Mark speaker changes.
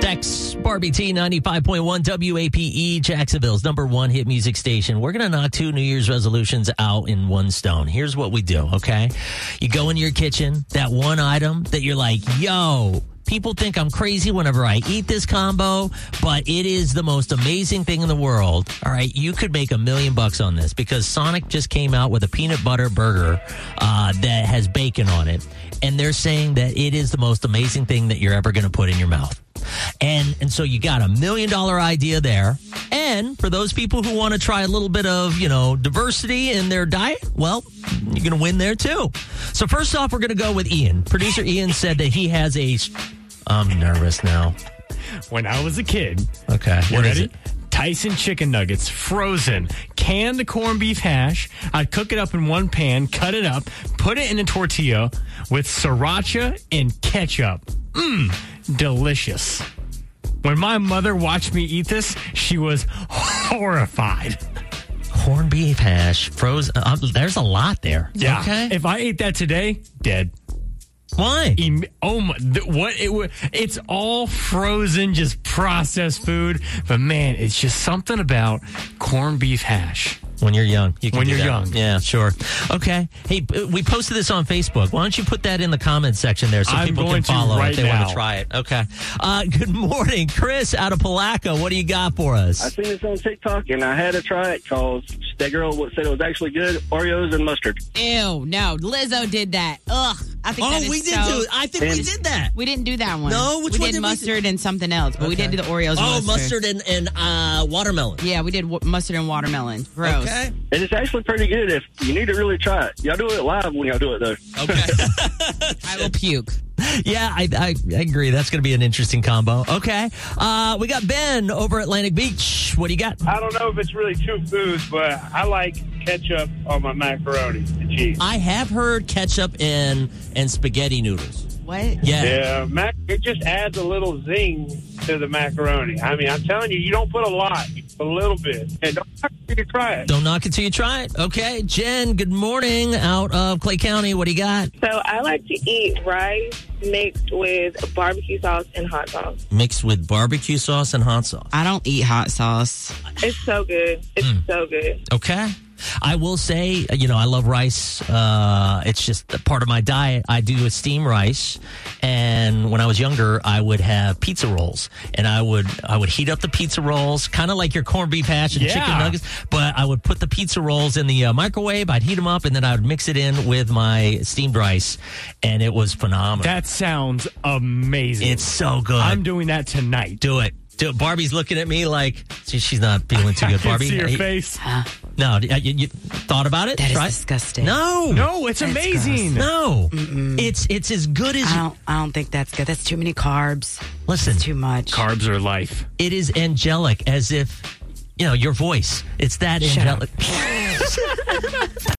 Speaker 1: Dex, Barbie T, 95.1 WAPE, E, Jacksonville's number one hit music station. We're going to knock two New Year's resolutions out in one stone. Here's what we do, okay? You go into your kitchen, that one item that you're like, yo, people think I'm crazy whenever I eat this combo, but it is the most amazing thing in the world. All right, you could make a million bucks on this because Sonic just came out with a peanut butter burger uh, that has bacon on it, and they're saying that it is the most amazing thing that you're ever going to put in your mouth. And and so you got a million dollar idea there. And for those people who want to try a little bit of, you know, diversity in their diet, well, you're going to win there too. So first off, we're going to go with Ian. Producer Ian said that he has a I'm nervous now.
Speaker 2: When I was a kid.
Speaker 1: Okay.
Speaker 2: You
Speaker 1: what is
Speaker 2: ready?
Speaker 1: it?
Speaker 2: Tyson chicken nuggets, frozen, canned corned beef hash. I'd cook it up in one pan, cut it up, put it in a tortilla with sriracha and ketchup. Mmm, delicious. When my mother watched me eat this, she was horrified.
Speaker 1: Corned beef hash, frozen. Uh, there's a lot there. Okay.
Speaker 2: If I ate that today, dead.
Speaker 1: Why?
Speaker 2: Em- oh my! Th- what it wa It's all frozen, just processed food. But man, it's just something about corned beef hash.
Speaker 1: When you're young, you can
Speaker 2: When
Speaker 1: do
Speaker 2: you're
Speaker 1: that.
Speaker 2: young.
Speaker 1: yeah, sure. Okay, hey, b- we posted this on Facebook. Why don't you put that in the comment section there so
Speaker 2: I'm
Speaker 1: people can
Speaker 2: going to
Speaker 1: follow
Speaker 2: right
Speaker 1: if they want
Speaker 2: now.
Speaker 1: to try it? Okay. Uh, good morning, Chris, out of Palaca. What do you got for
Speaker 3: I
Speaker 1: us?
Speaker 3: seen this on TikTok and I had to try it because that girl said it was actually good. Oreos and mustard.
Speaker 4: Ew, no. Lizzo did that. Ugh. I
Speaker 1: Oh,
Speaker 4: think that is so-
Speaker 1: I think we did that.
Speaker 4: We didn't do that one.
Speaker 1: No, which one
Speaker 4: we did
Speaker 1: did we do?
Speaker 4: mustard and something else, but we didn't do the Oreos.
Speaker 1: Oh,
Speaker 4: and
Speaker 1: mustard and, and uh, watermelon.
Speaker 4: Yeah, we did w- mustard and watermelon. Gross.
Speaker 1: Okay.
Speaker 3: And it's actually pretty good if you need to really try it. Y'all do it live when y'all do it though.
Speaker 1: Okay.
Speaker 4: I will puke.
Speaker 1: yeah, I, I, I agree. That's going to be an interesting combo. Okay. Uh, we got Ben over Atlantic Beach. What do you got?
Speaker 5: I don't know if it's really two foods, but I like ketchup on my macaroni and cheese.
Speaker 1: I have heard ketchup and and spaghetti noodles.
Speaker 4: What?
Speaker 1: Yeah.
Speaker 5: Yeah, mac, it just adds a little zing to the macaroni. I mean, I'm telling you, you don't put a lot, you put a little bit. And don't have to try it.
Speaker 1: Don't knock it till you try it. Okay, Jen. Good morning, out of Clay County. What do you got?
Speaker 6: So I like to eat rice mixed with barbecue sauce and hot sauce.
Speaker 1: Mixed with barbecue sauce and hot sauce.
Speaker 4: I don't eat hot sauce.
Speaker 6: It's so good. It's so good.
Speaker 1: Okay. I will say, you know, I love rice. Uh, it's just a part of my diet. I do a steam rice, and when I was younger, I would have pizza rolls, and I would I would heat up the pizza rolls, kind of like your corned beef hash and chicken
Speaker 2: Yeah.
Speaker 1: nuggets. But I would put the pizza rolls in the uh, microwave. I'd heat them up, and then I would mix it in with my steamed rice, and it was phenomenal.
Speaker 2: That sounds amazing.
Speaker 1: it's so good.
Speaker 2: I'm doing that tonight.
Speaker 1: do it. Do it. Barbie's looking at me like she- she's not feeling too
Speaker 2: I
Speaker 1: good.
Speaker 2: can
Speaker 1: Barbie,
Speaker 2: see your
Speaker 1: Hey,
Speaker 2: face.
Speaker 1: no, you, you you thought about it?
Speaker 4: That is
Speaker 1: Right?
Speaker 4: disgusting.
Speaker 1: No,
Speaker 2: No, it's
Speaker 4: That's
Speaker 2: amazing.
Speaker 1: No, it's it's as good as
Speaker 4: I don't. I don't think that's good. That's too many carbs.
Speaker 1: listen.
Speaker 4: Too much.
Speaker 2: Carbs are life.
Speaker 1: It is angelic, as if you know your voice. It's that angelic.